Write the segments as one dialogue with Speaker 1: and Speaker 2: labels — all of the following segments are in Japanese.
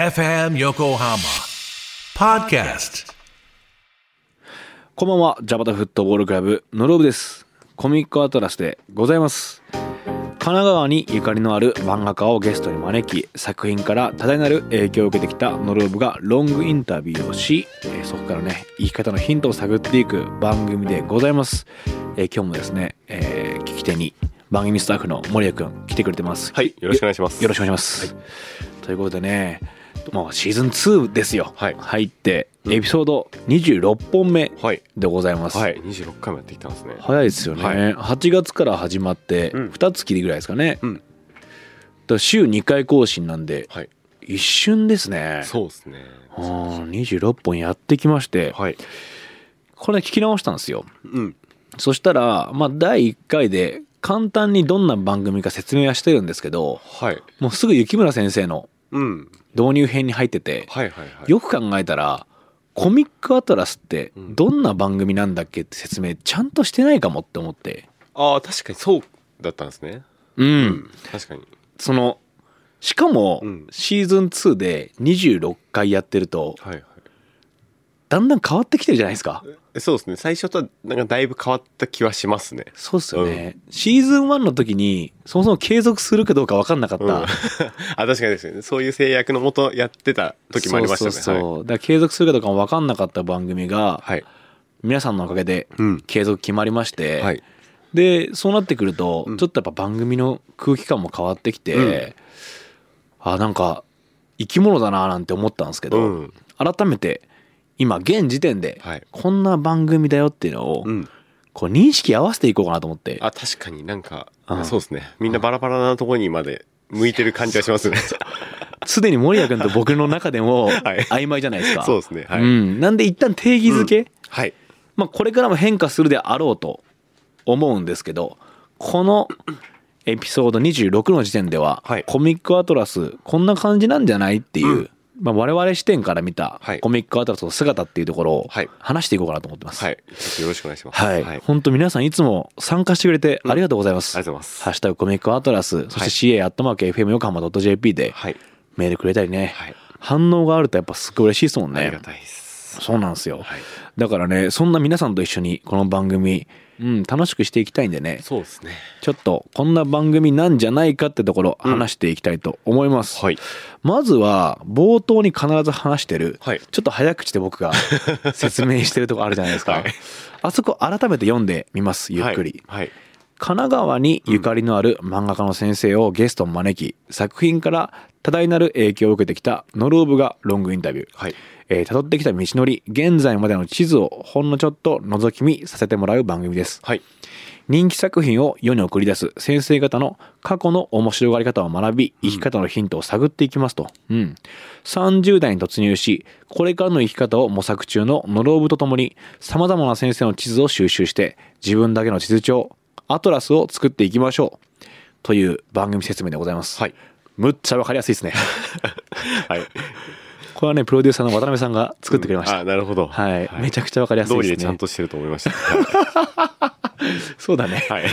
Speaker 1: FM Yokohama Podcast.
Speaker 2: こんばんは、ジャパタフットボールクラブのロブです。コミックアトラスでございます。神奈川にゆかりのある漫画家をゲストに招き、作品から多大なる影響を受けてきたノロブがロングインタビューをし、えーそこからね、生き方のヒントを探っていく番組でございます。えー今日もですね、えー聞き手に番組スタッフの森谷くん来てくれてます。
Speaker 3: はい、よろしくお願いします。
Speaker 2: よろしくお願いします。ということでね、もうシーズン2ですよ。
Speaker 3: はい
Speaker 2: 入って、エピソード26本目
Speaker 3: はい。
Speaker 2: でございます。
Speaker 3: はい、二十六回もやってきたんですね。
Speaker 2: 早いですよね、
Speaker 3: は
Speaker 2: 8月から始まって
Speaker 3: うん
Speaker 2: 2月ぐらいですかね、
Speaker 3: うん
Speaker 2: だから週2回更新なんで
Speaker 3: はい。
Speaker 2: 一瞬ですね
Speaker 3: そうですね。
Speaker 2: あー26本やってきまして
Speaker 3: はい。
Speaker 2: これ聞き直したんですよ
Speaker 3: うん。
Speaker 2: そしたらまあ第1回で簡単にどんな番組か説明はしてるんですけど
Speaker 3: はい。
Speaker 2: もうすぐ雪村先生の
Speaker 3: うん。
Speaker 2: 導入編に入ってて
Speaker 3: はいはいはい。
Speaker 2: よく考えたらコミックアトラスってどんな番組なんだっけって説明ちゃんとしてないかもって思って
Speaker 3: ああ、確かにそうだったんですね。
Speaker 2: うん
Speaker 3: 確かに。
Speaker 2: そのしかも
Speaker 3: うん
Speaker 2: シーズン2で26回やってると
Speaker 3: はいはい。
Speaker 2: だんだん変わってきてるじゃないですか
Speaker 3: えそうですね。最初とはなんかだいぶ変わった気はしますね。
Speaker 2: そうっすよね、シーズン1の時にそもそも継続するかどうか分かんなかった、
Speaker 3: うん。 あ、確かにですね。そういう制約のもとやってた時もありましたね。
Speaker 2: そうそうそう、だから継続するかどうかも分かんなかった番組が、
Speaker 3: はい。はい。
Speaker 2: 皆さんのおかげで
Speaker 3: うん。
Speaker 2: 継続決まりまして、
Speaker 3: はい。
Speaker 2: でそうなってくると、
Speaker 3: うん
Speaker 2: ちょっとやっぱ番組の空気感も変わってきて、
Speaker 3: うん
Speaker 2: あなんか生き物だななんて思ったんですけど、
Speaker 3: うん。
Speaker 2: 改めて今現時点で
Speaker 3: はい
Speaker 2: こんな番組だよっていうのを
Speaker 3: うん。
Speaker 2: こう認識合わせていこうかなと思って
Speaker 3: あ、確かになんか
Speaker 2: うん、
Speaker 3: そうですね。みんなバラバラなところにまで向いてる感じはしますね。
Speaker 2: すでに森谷君と僕の中でも
Speaker 3: はい
Speaker 2: 曖昧じゃないですか
Speaker 3: そうですね。は
Speaker 2: う
Speaker 3: い。
Speaker 2: ん、なんで一旦定義づけ、
Speaker 3: はい。
Speaker 2: まあ、これからも変化するであろうと思うんですけどこのエピソード26の時点では、
Speaker 3: はい
Speaker 2: コミックアトラスこんな感じなんじゃないっていう、
Speaker 3: うん
Speaker 2: まあ、我々視点から見た
Speaker 3: はい
Speaker 2: コミックアトラスの姿っていうところを
Speaker 3: はい
Speaker 2: 話していこうかなと思ってます。
Speaker 3: はい。よろしくお願いします。
Speaker 2: はい。本当皆さんいつも参加してくれてありがとうございます。
Speaker 3: ありがとうございます
Speaker 2: ハッシュタグコミックアトラス、そして CA アットマーク FM 横浜 .jp で
Speaker 3: はい。
Speaker 2: メールくれたりね、
Speaker 3: はい
Speaker 2: 反応があるとやっぱすっごい嬉しいですもん
Speaker 3: ありが
Speaker 2: ね。
Speaker 3: たいです。
Speaker 2: そうなんですよ、
Speaker 3: はい
Speaker 2: だからね、そんな皆さんと一緒にこの番組、うん、楽しくしていきたいんでね、
Speaker 3: そうですね。
Speaker 2: ちょっとこんな番組なんじゃないかってところ
Speaker 3: うん
Speaker 2: 話していきたいと思います。
Speaker 3: はい。
Speaker 2: まずは冒頭に必ず話してる、
Speaker 3: はい
Speaker 2: ちょっと早口で僕が 説明してるとこあるじゃないですか、
Speaker 3: はい
Speaker 2: あそこ改めて読んでみますゆっくり、
Speaker 3: はい。
Speaker 2: 神奈川にゆかりのある漫画家の先生をゲストに招き作品から多大なる影響を受けてきたノルオブがロングインタビュー、
Speaker 3: はい。
Speaker 2: えー、辿ってきた道のり現在までの地図をほんのちょっと覗き見させてもらう番組です
Speaker 3: はい。
Speaker 2: 人気作品を世に送り出す先生方の過去の面白がり方を学び生き方のヒントを探っていきますと、うん、30代に突入しこれからの生き方を模索中のノローブとともにさまざまな先生の地図を収集して自分だけの地図帳アトラスを作っていきましょうという番組説明でございます、
Speaker 3: はい。
Speaker 2: むっちゃわかりやすい ですね
Speaker 3: はい。
Speaker 2: これはねプロデューサーの渡辺さんが作ってくれました、
Speaker 3: あ、なるほど。
Speaker 2: はい、めちゃくちゃわかりやすい
Speaker 3: 通
Speaker 2: です
Speaker 3: り
Speaker 2: ね
Speaker 3: でちゃんとしてると思い ました。
Speaker 2: そうだね
Speaker 3: はい。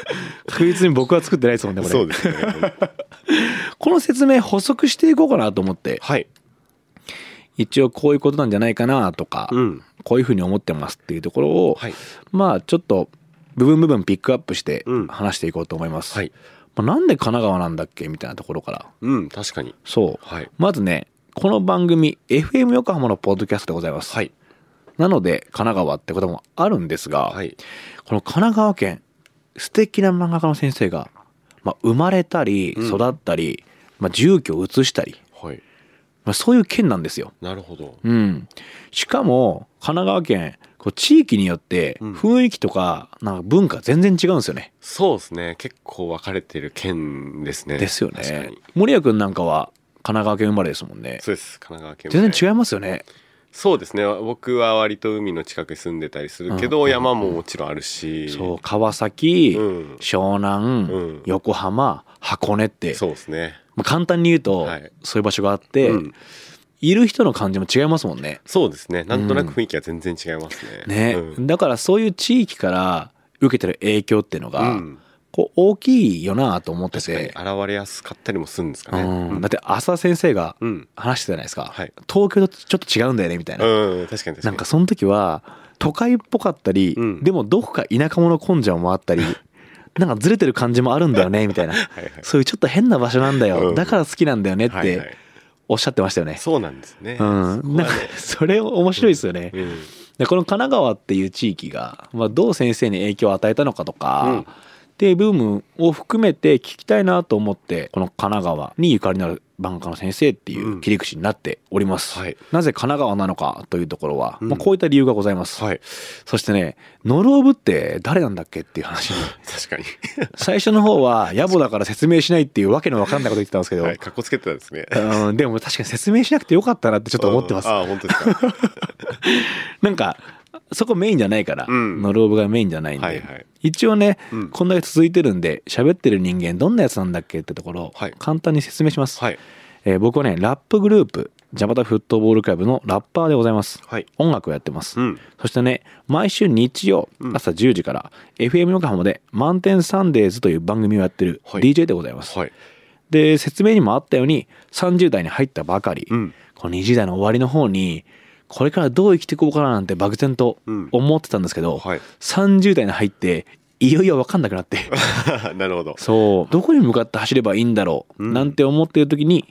Speaker 2: 確実に僕は作ってないですもんねこれ
Speaker 3: そうですね。
Speaker 2: この説明補足していこうかなと思って
Speaker 3: はい。
Speaker 2: 一応こういうことなんじゃないかなとか、
Speaker 3: うん。
Speaker 2: こういうふうに思ってますっていうところを、
Speaker 3: はい。
Speaker 2: まあちょっと部分部分ピックアップして
Speaker 3: うん
Speaker 2: 話していこうと思います、
Speaker 3: はい。
Speaker 2: まあ、なんで神奈川なんだっけみたいなところから
Speaker 3: うん、確かに。
Speaker 2: そう
Speaker 3: はい。
Speaker 2: まずねこの番組 FM 横浜のポッドキャストでございます、
Speaker 3: はい。
Speaker 2: なので神奈川ってこともあるんですが、
Speaker 3: はい。
Speaker 2: この神奈川県素敵な漫画家の先生が、まあ、生まれたり
Speaker 3: うん
Speaker 2: 育ったり、まあ、住居を移したり、
Speaker 3: はい。
Speaker 2: まあ、そういう県なんですよ。
Speaker 3: なるほど。
Speaker 2: うん、しかも神奈川県こう地域によって
Speaker 3: うん
Speaker 2: 雰囲気とかなんか文化全然違うんですよね。
Speaker 3: そうですね。結構分かれてる県ですね。
Speaker 2: ですよ
Speaker 3: 確か
Speaker 2: ね
Speaker 3: に。。
Speaker 2: 森谷くんなんかは神奈川県生まれですもんね。
Speaker 3: そうです。神奈川県。
Speaker 2: 全然違いますよね。
Speaker 3: そうですね。僕は割と海の近くに住んでたりするけ
Speaker 2: うん
Speaker 3: ど、山ももちろんあるし。
Speaker 2: そう川崎、
Speaker 3: うん
Speaker 2: 湘南、
Speaker 3: うん
Speaker 2: 横浜箱根って
Speaker 3: そうですね。
Speaker 2: まあ簡単に言うと、
Speaker 3: はい
Speaker 2: そういう場所があって、
Speaker 3: うん
Speaker 2: いる人の感じも違いますもんね。
Speaker 3: そうですね。なんとなく雰囲気が全然違いますね。
Speaker 2: ね、
Speaker 3: うん
Speaker 2: だからそういう地域から受けてる影響っていうのが、
Speaker 3: うん
Speaker 2: こう大きいよなと思って
Speaker 3: 確かに
Speaker 2: て
Speaker 3: 現、れやすかったりもするんですかね。
Speaker 2: うん、だって浅田先生が
Speaker 3: うん
Speaker 2: 話してたじゃないですか、
Speaker 3: はい
Speaker 2: 東京とちょっと違うんだよねみたいな、
Speaker 3: うん、確かに確かに。
Speaker 2: なんかその時は都会っぽかったり、
Speaker 3: うん
Speaker 2: でもどこか田舎者根性もあったり なんかずれてる感じもあるんだよねみたいな
Speaker 3: はいはい
Speaker 2: そういうちょっと変な場所なんだよ、
Speaker 3: うん
Speaker 2: だから好きなんだよねっ
Speaker 3: はいはい
Speaker 2: ておっしゃってましたよね、
Speaker 3: そうなんですね。
Speaker 2: うん、なんかそれ面白いですよね、
Speaker 3: うん
Speaker 2: でこの神奈川っていう地域が、まあ、どう先生に影響を与えたのかとか、
Speaker 3: うん
Speaker 2: っていう部分を含めて聞きたいなと思ってこの神奈川にゆかりのある漫画家の先生っていう切り口になっております、
Speaker 3: はい
Speaker 2: なぜ神奈川なのかというところは、
Speaker 3: うん
Speaker 2: まあ、こういった理由がございます、
Speaker 3: はい。
Speaker 2: そしてねノロブって誰なんだっけっていう 話に
Speaker 3: 確かに。
Speaker 2: 最初の方は野暮だから説明しないっていうわけのわかんないこと言ってたんですけど、
Speaker 3: はい、かっこつけてたんですね。
Speaker 2: うん、でも確かに説明しなくてよかったなってちょっと思ってます
Speaker 3: ああ、本当です か。
Speaker 2: なんかそこメインじゃないから、
Speaker 3: うん
Speaker 2: ノロブがメインじゃないんで、
Speaker 3: はいはい
Speaker 2: 一応ね、
Speaker 3: うん
Speaker 2: こんだけ続いてるんで喋ってる人間どんなやつなんだっけってところを
Speaker 3: はい
Speaker 2: 簡単に説明します、
Speaker 3: はい。
Speaker 2: えー僕はねラップグループジャパタフットボールクラブのラッパーでございます
Speaker 3: はい。
Speaker 2: 音楽をやってます、
Speaker 3: うん。
Speaker 2: そしてね毎週日曜
Speaker 3: うん
Speaker 2: 朝10時から、FM 横浜で「満点サンデーズ」という番組をやってる
Speaker 3: はい
Speaker 2: DJ でございます、
Speaker 3: はい。
Speaker 2: で説明にもあったように30代に入ったばかり、
Speaker 3: うん。
Speaker 2: この20代の終わりの方にこれからどう生きていこうかななんて漠然と
Speaker 3: うん
Speaker 2: 思ってたんですけど、
Speaker 3: はい
Speaker 2: 30代に入っていよいよ分かんなく なって
Speaker 3: なるほど。
Speaker 2: そうどこに向かって走ればいいんだろう、
Speaker 3: うん
Speaker 2: なんて思っている時に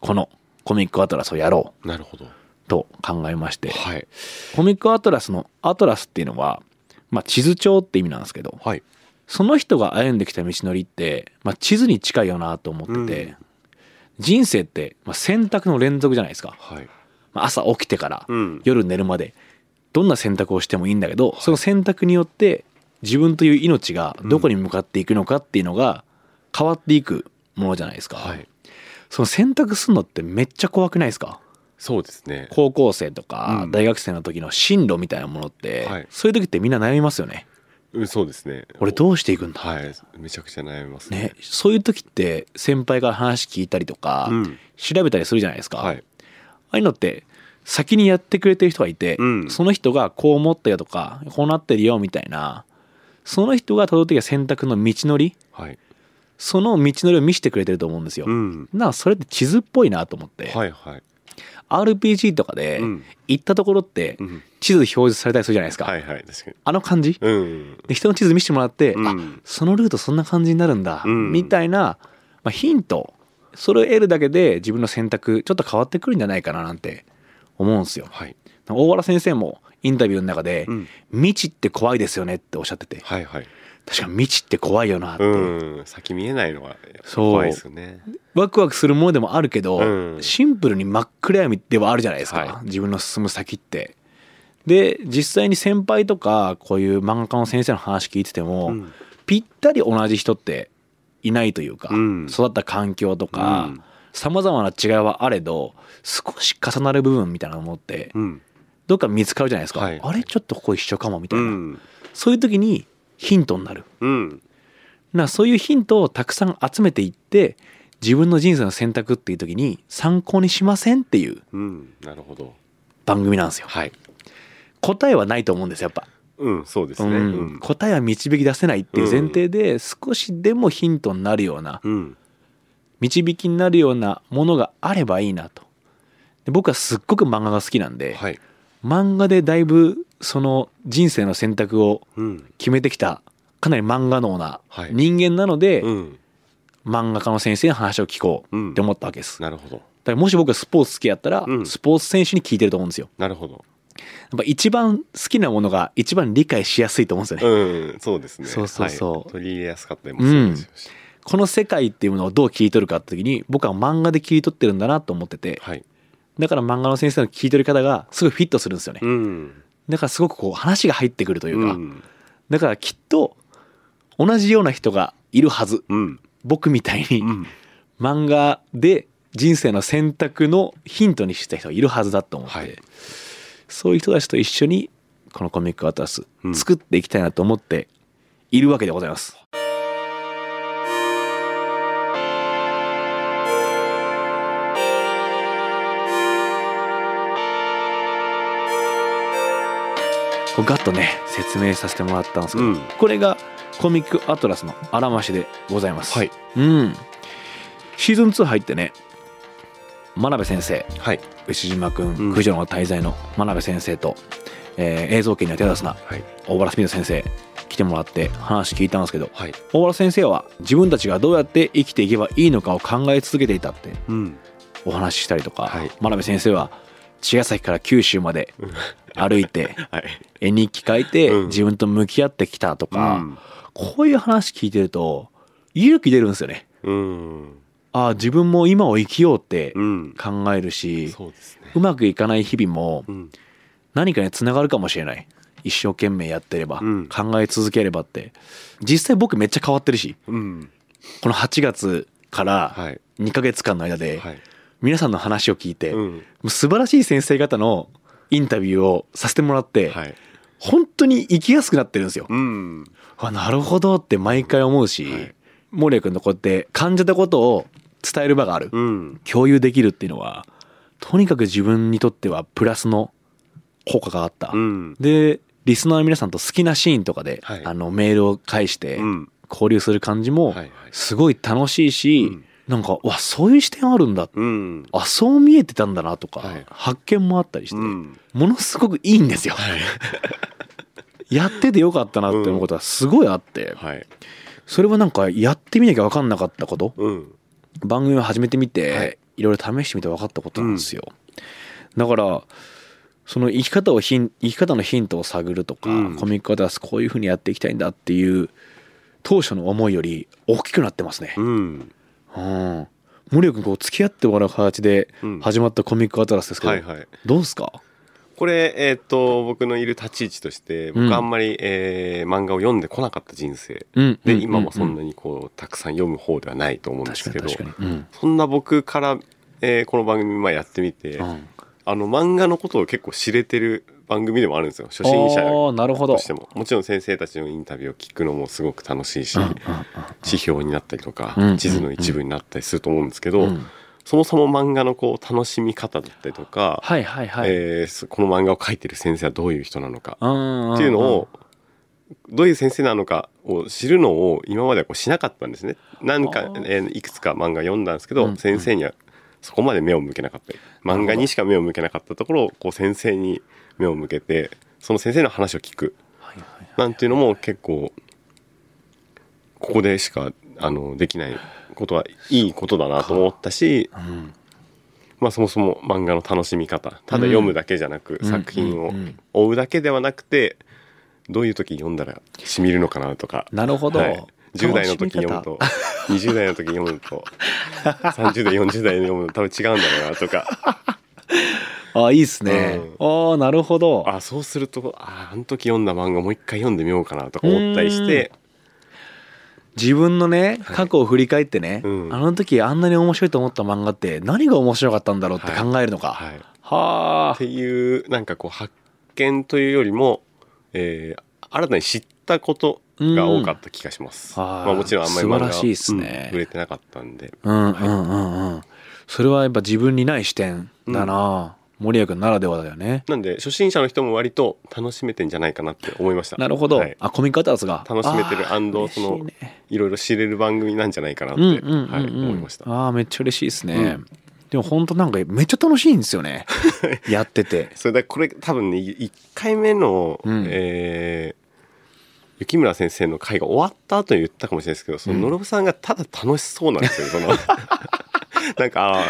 Speaker 2: このコミックアトラスをやろ
Speaker 3: なるほど。
Speaker 2: うと考えまして
Speaker 3: はい。
Speaker 2: コミックアトラスのアトラスっていうのは、まあ、地図帳って意味なんですけど
Speaker 3: はい。
Speaker 2: その人が歩んできた道のりって、まあ、地図に近いよなと思ってて、
Speaker 3: うん
Speaker 2: 人生って、まあ、選択の連続じゃないですか。
Speaker 3: はい。
Speaker 2: まあ朝起きてから
Speaker 3: うん
Speaker 2: 夜寝るまでどんな選択をしてもいいんだけどその選択によって自分という命がどこに向かっていくのかっていうのが変わっていくものじゃないですか、
Speaker 3: はい。
Speaker 2: その選択するのってめっちゃ怖くないですか
Speaker 3: そうですね。
Speaker 2: 高校生とか
Speaker 3: うん
Speaker 2: 大学生の時の進路みたいなものって、
Speaker 3: はい
Speaker 2: そういう時ってみんな悩みますよね
Speaker 3: うん、そうですね。
Speaker 2: 俺どうしていくんだ、
Speaker 3: はい。めちゃくちゃ悩みます
Speaker 2: ね、そういう時って先輩から話聞いたりとか、
Speaker 3: うん
Speaker 2: 調べたりするじゃないですか、
Speaker 3: はい。
Speaker 2: ああいうのって先にやってくれてる人がいて、
Speaker 3: うん
Speaker 2: その人がこう思ったよとかこうなってるよみたいなその人が辿ってきた選択の道のり
Speaker 3: はい。
Speaker 2: その道のりを見せてくれてると思うんですよ。
Speaker 3: うん。
Speaker 2: なあそれって地図っぽいなと思って、
Speaker 3: はいはい。
Speaker 2: RPG とかで
Speaker 3: うん
Speaker 2: 行ったところって
Speaker 3: うん
Speaker 2: 地図表示されたりするじゃないですか、
Speaker 3: はいはい。確かに。
Speaker 2: あの感じ、
Speaker 3: うん。
Speaker 2: で人の地図見せてもらって、
Speaker 3: うん
Speaker 2: あそのルートそんな感じになるんだ、
Speaker 3: うん
Speaker 2: みたいな、まあ、ヒントそれを得るだけで自分の選択ちょっと変わってくるんじゃないかななんて思うんですよ。
Speaker 3: はい。
Speaker 2: 大原先生もインタビューの中で、
Speaker 3: うん
Speaker 2: 未知って怖いですよねっておっしゃってて
Speaker 3: はいはい。
Speaker 2: 確かに未知って怖いよなって、
Speaker 3: うん。先見えないのが
Speaker 2: そう
Speaker 3: 怖いですよね。
Speaker 2: ワクワクするものでもあるけど、
Speaker 3: うん
Speaker 2: シンプルに真っ暗闇ではあるじゃないですか、
Speaker 3: は
Speaker 2: 自分の進む先って。で実際に先輩とかこういう漫画家の先生の話聞いてても、
Speaker 3: うん
Speaker 2: ぴったり同じ人っていないというか、
Speaker 3: うん
Speaker 2: 育った環境とか
Speaker 3: うん
Speaker 2: さまざまな違いはあれど少し重なる部分みたいなものって
Speaker 3: うん。
Speaker 2: どっか見つかるじゃないですか、
Speaker 3: はい
Speaker 2: あれちょっとここ一緒かもみた
Speaker 3: う
Speaker 2: いな、
Speaker 3: ん。
Speaker 2: そういう時にヒントになる。
Speaker 3: うん。
Speaker 2: なそういうヒントをたくさん集めていって自分の人生の選択っていう時に参考にしませんっていう
Speaker 3: うん。なるほど。
Speaker 2: 番組なんですよ。
Speaker 3: はい。
Speaker 2: 答えはないと思うんですよやっぱ、
Speaker 3: うん。そうですね。
Speaker 2: う
Speaker 3: うんん。
Speaker 2: 答えは導き出せないっていう前提で少しでもヒントになるような
Speaker 3: うん。
Speaker 2: 導きになるようなものがあればいいなと。で僕はすっごく漫画が好きなんで、
Speaker 3: はい。
Speaker 2: 漫画でだいぶその人生の選択を
Speaker 3: うん。
Speaker 2: 決めてきたかなり漫画脳な
Speaker 3: はい
Speaker 2: 人間なので、
Speaker 3: うん。
Speaker 2: 漫画家の先生の話を聞こうって思ったわけです。だ
Speaker 3: なるほど。
Speaker 2: からもし僕がスポーツ好きやったら、
Speaker 3: うん
Speaker 2: スポーツ選手に聞いてると思うんですよ。
Speaker 3: なるほど。
Speaker 2: やっぱ一番好きなものが一番理解しやすいと思うんですよね。
Speaker 3: うん。そうですね。
Speaker 2: そうそうそう
Speaker 3: はい取り入れやすかったりもするでしょうし。
Speaker 2: この世界っていうものをどう切り取るかって時に僕は漫画で切り取ってるんだなと思ってて、
Speaker 3: はい。
Speaker 2: だから漫画の先生の聞いてる方がすごいフィットするんですよね。
Speaker 3: うん。
Speaker 2: だからすごくこう話が入ってくるという
Speaker 3: う
Speaker 2: か、
Speaker 3: ん。
Speaker 2: だからきっと同じような人がいるはず。
Speaker 3: うん。
Speaker 2: 僕みたいに
Speaker 3: うん。
Speaker 2: 漫画で人生の選択のヒントにしてた人がいるはずだと思って、
Speaker 3: はい
Speaker 2: そういう人たちと一緒にこのコミックアトラス
Speaker 3: うん
Speaker 2: 作っていきたいなと思っているわけでございます。こうガッとね説明させてもらったんですけど、
Speaker 3: うん
Speaker 2: これがコミックアトラスのあらましでございます、
Speaker 3: はい
Speaker 2: うんシーズン2入ってね真鍋先生
Speaker 3: はい
Speaker 2: 牛島君、
Speaker 3: うん
Speaker 2: 九条の滞在の真鍋先生と、えー映像系には手出すな
Speaker 3: はい
Speaker 2: 大原スピード先生来てもらって話聞いたんですけど
Speaker 3: はい
Speaker 2: 大原先生は自分たちがどうやって生きていけばいいのかを考え続けていたって
Speaker 3: うん
Speaker 2: お話ししたりとか、
Speaker 3: はい
Speaker 2: 真鍋先生は茅ヶ崎から九州まで歩いて
Speaker 3: はい
Speaker 2: 絵日記書いて
Speaker 3: うん
Speaker 2: 自分と向き合ってきたとか、
Speaker 3: うん
Speaker 2: こういう話聞いてると勇気出るんですよね。
Speaker 3: うん
Speaker 2: ああ自分も今を生きようって
Speaker 3: うん
Speaker 2: 考えるし、
Speaker 3: そうですね
Speaker 2: うまくいかない日々も
Speaker 3: うん
Speaker 2: 何かにつながるかもしれない一生懸命やってれば、
Speaker 3: うん
Speaker 2: 考え続ければって実際僕めっちゃ変わってるし
Speaker 3: うん
Speaker 2: この8月から
Speaker 3: はい
Speaker 2: 2ヶ月間の間で
Speaker 3: はい
Speaker 2: 皆さんの話を聞いて、
Speaker 3: う
Speaker 2: も
Speaker 3: ん
Speaker 2: う素晴らしい先生方のインタビューをさせてもらって、
Speaker 3: はい
Speaker 2: 本当に生きやすくなってるんですよ。
Speaker 3: うん
Speaker 2: あなるほどって毎回思う
Speaker 3: は
Speaker 2: し
Speaker 3: い
Speaker 2: 守屋君のこうやって感じたことを伝える場がある
Speaker 3: うん
Speaker 2: 共有できるっていうのはとにかく自分にとってはプラスの効果があった、
Speaker 3: うん
Speaker 2: でリスナーの皆さんと好きなシーンとかで、
Speaker 3: はい
Speaker 2: あのメールを返して
Speaker 3: うん
Speaker 2: 交流する感じも
Speaker 3: はいはい
Speaker 2: すごい楽しいし、
Speaker 3: うん
Speaker 2: なんかわそういう視点あるんだ
Speaker 3: うん
Speaker 2: あそう見えてたんだなとか、
Speaker 3: はい
Speaker 2: 発見もあったりして、
Speaker 3: うん
Speaker 2: ものすごくいいんですよ。 やっててよかったなって思うことはすごいあって、
Speaker 3: はい
Speaker 2: それはなんかやってみなきゃ分かんなかったこと
Speaker 3: うん
Speaker 2: 番組を始めてみて、
Speaker 3: はいい、
Speaker 2: ろいろ試してみて分かったことなんですよ、だからその生き方をヒン生き方のヒントを探るとか、
Speaker 3: うん
Speaker 2: コミックアドラスこういうふうにやっていきたいんだっていう当初の思いより大きくなってますね
Speaker 3: うん
Speaker 2: うん森谷君こう付き合ってもらう形で
Speaker 3: うん
Speaker 2: 始まったコミックアトラスですけど、
Speaker 3: はいはい
Speaker 2: どうですか
Speaker 3: これえっと僕のいる立ち位置として
Speaker 2: うん
Speaker 3: 僕あんまりえー漫画を読んでこなかった人生
Speaker 2: うん
Speaker 3: で今もそん
Speaker 2: に
Speaker 3: なにこうたくさん読む方ではないと思うんです
Speaker 2: 確
Speaker 3: け
Speaker 2: か
Speaker 3: ど
Speaker 2: に確かに、うん
Speaker 3: そんな僕から、えーこの番組まあやってみて、
Speaker 2: うん、
Speaker 3: あの漫画のことを結構知れてる番組でもあるんですよ初心者
Speaker 2: あーなるほど
Speaker 3: としてももちろん先生たちのインタビューを聞くのもすごく楽しいし、
Speaker 2: うんうん
Speaker 3: 地表になったりとか、
Speaker 2: うん
Speaker 3: 地図の一部になったりすると思うんですけ
Speaker 2: う
Speaker 3: ど、
Speaker 2: んうん
Speaker 3: そもそも漫画のこう楽しみ方だったりとか、
Speaker 2: はいはいはい、
Speaker 3: えーそこの漫画を描いてる先生はどういう人なのか
Speaker 2: っ
Speaker 3: っていうのをどういう先生なのかを知るのを今まではこうしなかったんですね。なんか
Speaker 2: あー
Speaker 3: えーいくつか漫画読んだんですけど、
Speaker 2: うんうん
Speaker 3: 先生にはそこまで目を向けなかったり漫画にしか目を向けなかったところをこう先生に目を向けてその先生の話を聞く
Speaker 2: はいはいはい
Speaker 3: なんていうのも結構ここでしかあのできないことはいいことだなと思ったし、
Speaker 2: うん
Speaker 3: まあ、そもそも漫画の楽しみ方ただ読むだけじゃなく、
Speaker 2: うん
Speaker 3: 作品を
Speaker 2: うんうん
Speaker 3: 追うだけではなくてどういう時に読んだらしみるのかなとか
Speaker 2: なるほど、
Speaker 3: はい、10代の時に読むと20代の 時に読 むと30代40代に読むと多分違うんだろうな とか
Speaker 2: あいいっすね、ああなるほど
Speaker 3: あそうするとああの時読んだ漫画もう一回読んでみようかなとか思ったりして
Speaker 2: 自分のね過去を振り返ってね、
Speaker 3: うん
Speaker 2: あの時あんなに面白いと思った漫画って何が面白かったんだろうって考えるのか
Speaker 3: はい、っ
Speaker 2: はあ、
Speaker 3: ていうなんかこう発見というよりも、えー新たに知ったことが多かった気がします、
Speaker 2: うん
Speaker 3: まあ、もちろんあんまり
Speaker 2: 素
Speaker 3: 漫
Speaker 2: 晴
Speaker 3: 画
Speaker 2: らしいっすね
Speaker 3: うん触れてなかったんで
Speaker 2: うんうんうんうんそれはやっぱ自分にない視点だな、森谷君ならではだよね
Speaker 3: なんで初心者の人も割と楽しめてんじゃないかなって思いました
Speaker 2: なるほど、
Speaker 3: はい
Speaker 2: あコミックアタラスが
Speaker 3: 楽しめてる
Speaker 2: あー
Speaker 3: その
Speaker 2: 嬉しいね
Speaker 3: いろいろ知れる番組なんじゃないかなって、
Speaker 2: うんうんうんうん
Speaker 3: はい、思いました
Speaker 2: ああめっちゃ嬉しいですね、
Speaker 3: うん
Speaker 2: でも本当なんかめっちゃ楽しいんですよ ねやってて
Speaker 3: それだこれ多分ね1回目の、
Speaker 2: うん
Speaker 3: えー雪村先生の会が終わった後に言ったかもしれないですけどそののろぶさんがただ楽しそうなんです よ、そのなんかあ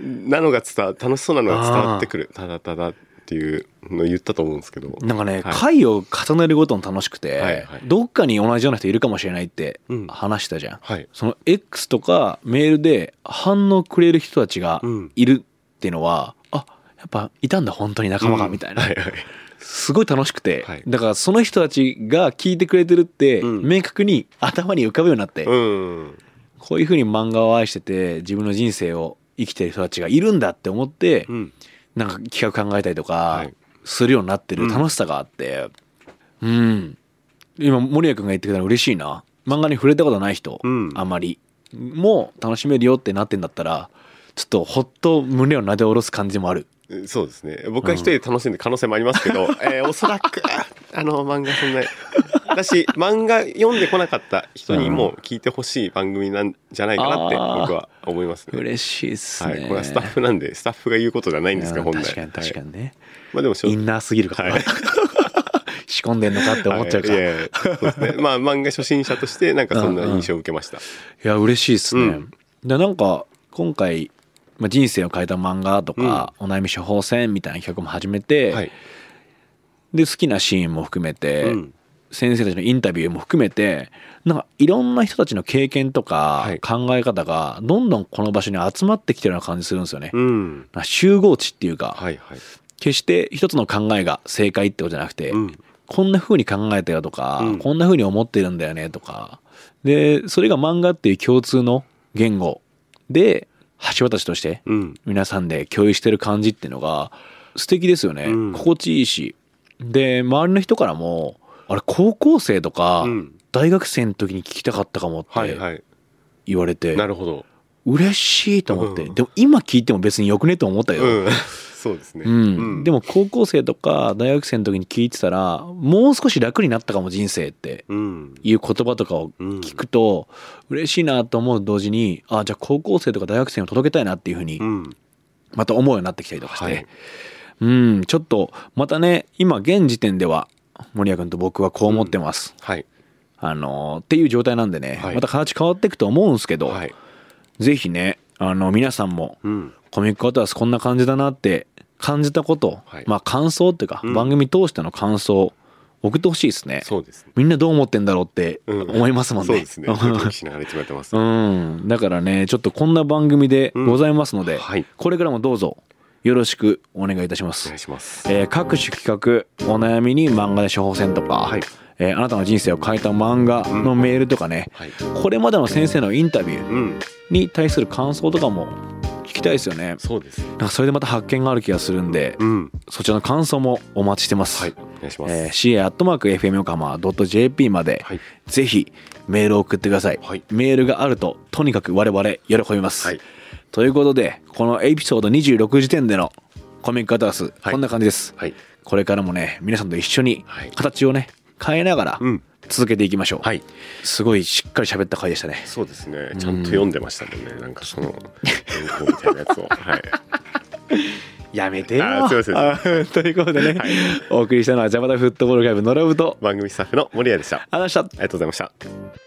Speaker 3: ーなのが伝わ楽しそうなのが伝わってくるただただっていうのを言ったと思うんですけど
Speaker 2: なんかね、
Speaker 3: はい
Speaker 2: 回を重ねるごとに楽しくて、
Speaker 3: はいはい
Speaker 2: どっかに同じような人いるかもしれないって
Speaker 3: うん
Speaker 2: 話したじゃん、
Speaker 3: はい
Speaker 2: その X とかメールで反応くれる人たちが
Speaker 3: うん
Speaker 2: いるっていうのは、あやっぱいたんだ本当に仲間がみたいな、
Speaker 3: はいはい
Speaker 2: すごい楽しくて、
Speaker 3: はい
Speaker 2: だからその人たちが聞いてくれてるって
Speaker 3: うん
Speaker 2: 明確に頭に浮かぶようになって、
Speaker 3: うん
Speaker 2: こういうふうに漫画を愛してて自分の人生を生きてる人たちがいるんだって思って、
Speaker 3: うん
Speaker 2: なんか企画考えたりと
Speaker 3: は
Speaker 2: か
Speaker 3: い
Speaker 2: するようになって
Speaker 3: う
Speaker 2: る
Speaker 3: ん
Speaker 2: 楽しさがあってうん、今森谷君が言ってくれたの嬉しいな漫画に触れたことない人、
Speaker 3: うん
Speaker 2: あまりもう楽しめるよってなってんだったらちょっとほっと胸をなで下ろす感じもある
Speaker 3: そうですね僕は一人で楽しんでる可能性もありますけど、えーおそらくあの漫画そんな私漫画読んでこなかった人にも聞いてほしい番組なんじゃないかなって僕は思いますね。
Speaker 2: 嬉しいっすね、
Speaker 3: はい、これはスタッフなんでスタッフが言うことじゃないんですか
Speaker 2: うん
Speaker 3: 本来
Speaker 2: 確かに確か
Speaker 3: はい
Speaker 2: にね、
Speaker 3: まあでもしょ
Speaker 2: インナーすぎるから、
Speaker 3: はい
Speaker 2: 仕込んでんのかって思っちゃうから、
Speaker 3: はいい
Speaker 2: い、
Speaker 3: やいやそうですねまあ漫画初心者としてなんかそんな印象を受けました
Speaker 2: や嬉しいっすね、
Speaker 3: うん
Speaker 2: でなんか今回、まあ、人生を変えた漫画とか、お悩み処方箋みたいな企画も始めて、
Speaker 3: はい、
Speaker 2: で好きなシーンも含めて、
Speaker 3: うん
Speaker 2: 先生たちのインタビューも含めてなんかいろんな人たちの経験とか
Speaker 3: はい
Speaker 2: 考え方がどんどんこの場所に集まってきてるような感じするんですよね。
Speaker 3: うん、
Speaker 2: まあ集合地っていうか、
Speaker 3: はいはい
Speaker 2: 決して一つの考えが正解ってことじゃなくて、
Speaker 3: うん
Speaker 2: こんな風に考えたよとか、
Speaker 3: うん
Speaker 2: こんな風に思ってるんだよねとかでそれが漫画っていう共通の言語で橋渡しとして
Speaker 3: うん
Speaker 2: 皆さんで共有してる感じっていうのが素敵ですよね、
Speaker 3: うん
Speaker 2: 心地いいしで周りの人からもあれ高校生とか、
Speaker 3: うん
Speaker 2: 大学生の時に聞きたかったかもっ
Speaker 3: はい
Speaker 2: て
Speaker 3: はい
Speaker 2: 言われて、
Speaker 3: なるほど
Speaker 2: 嬉しいと思って、
Speaker 3: うん
Speaker 2: でも今聞いても別によくねと思ったけど、
Speaker 3: うんそうですね
Speaker 2: うんで
Speaker 3: も
Speaker 2: も高校生とか大学生の時に聞いてたらもう少し楽になったかも人生って
Speaker 3: うん
Speaker 2: いう言葉とかを聞くと嬉しいなと思う同時にあじゃあ高校生とか大学生にも届けたいなっていうふうに
Speaker 3: うん
Speaker 2: また思うようになってきたりとかして、
Speaker 3: はい
Speaker 2: うんちょっとまたね今現時点では森谷君と僕はこう思ってます、
Speaker 3: はい
Speaker 2: あのーっていう状態なんでね、
Speaker 3: はい
Speaker 2: また形変わっていくと思うんですけど、
Speaker 3: はい
Speaker 2: ぜひねあの皆さんも
Speaker 3: うん
Speaker 2: コミックアートはこんな感じだなって感じたこと、
Speaker 3: はい
Speaker 2: まあ感想っていうか、
Speaker 3: うん
Speaker 2: 番組通しての感想送ってほしいですね
Speaker 3: そうですね
Speaker 2: みんなどう思ってんだろうって
Speaker 3: うん
Speaker 2: 思いますもんね、
Speaker 3: そう ですねドキドキしながらいつもやってます
Speaker 2: うんだからねちょっとこんな番組でございますので、
Speaker 3: うんはい
Speaker 2: これからもどうぞよろしくお願いいたしま
Speaker 3: お
Speaker 2: す
Speaker 3: 願いします
Speaker 2: えー各種企画お悩みに漫画で処方箋とか、
Speaker 3: はい
Speaker 2: えーあなたの人生を変えた漫画のメールとかね、
Speaker 3: はい
Speaker 2: これまでの先生のインタビュー
Speaker 3: うん
Speaker 2: に対する感想とかも聞きたいですよね
Speaker 3: そうですね
Speaker 2: なんかそれでまた発見がある気がするんで、
Speaker 3: うん
Speaker 2: そちらの感想もお待ちしてます、
Speaker 3: はいお願いします
Speaker 2: えー、ca.fmyokama.jp まで、
Speaker 3: はい
Speaker 2: ぜひメールを送ってください、
Speaker 3: はい
Speaker 2: メールがあるととにかく我々喜びます、
Speaker 3: はい
Speaker 2: ということでこのエピソード26時点でのコミックアトラス、
Speaker 3: はい
Speaker 2: こんな感じです、
Speaker 3: はい
Speaker 2: これからもね皆さんと一緒に
Speaker 3: はい
Speaker 2: 形をね変えながら
Speaker 3: うん
Speaker 2: 続けていきましょう、
Speaker 3: はい
Speaker 2: すごいしっかり喋った回でしたね
Speaker 3: そうですねちゃんと読んでましたもんねなんかその原稿みたいなやつを はい
Speaker 2: やめてよ
Speaker 3: あーすいません
Speaker 2: あ ーということでね、
Speaker 3: はい
Speaker 2: お送りしたのはジャパタフットボールクラブのラブと
Speaker 3: 番組スタッフの森谷でした
Speaker 2: あ
Speaker 3: あ
Speaker 2: りがとうございました
Speaker 3: りがとうございました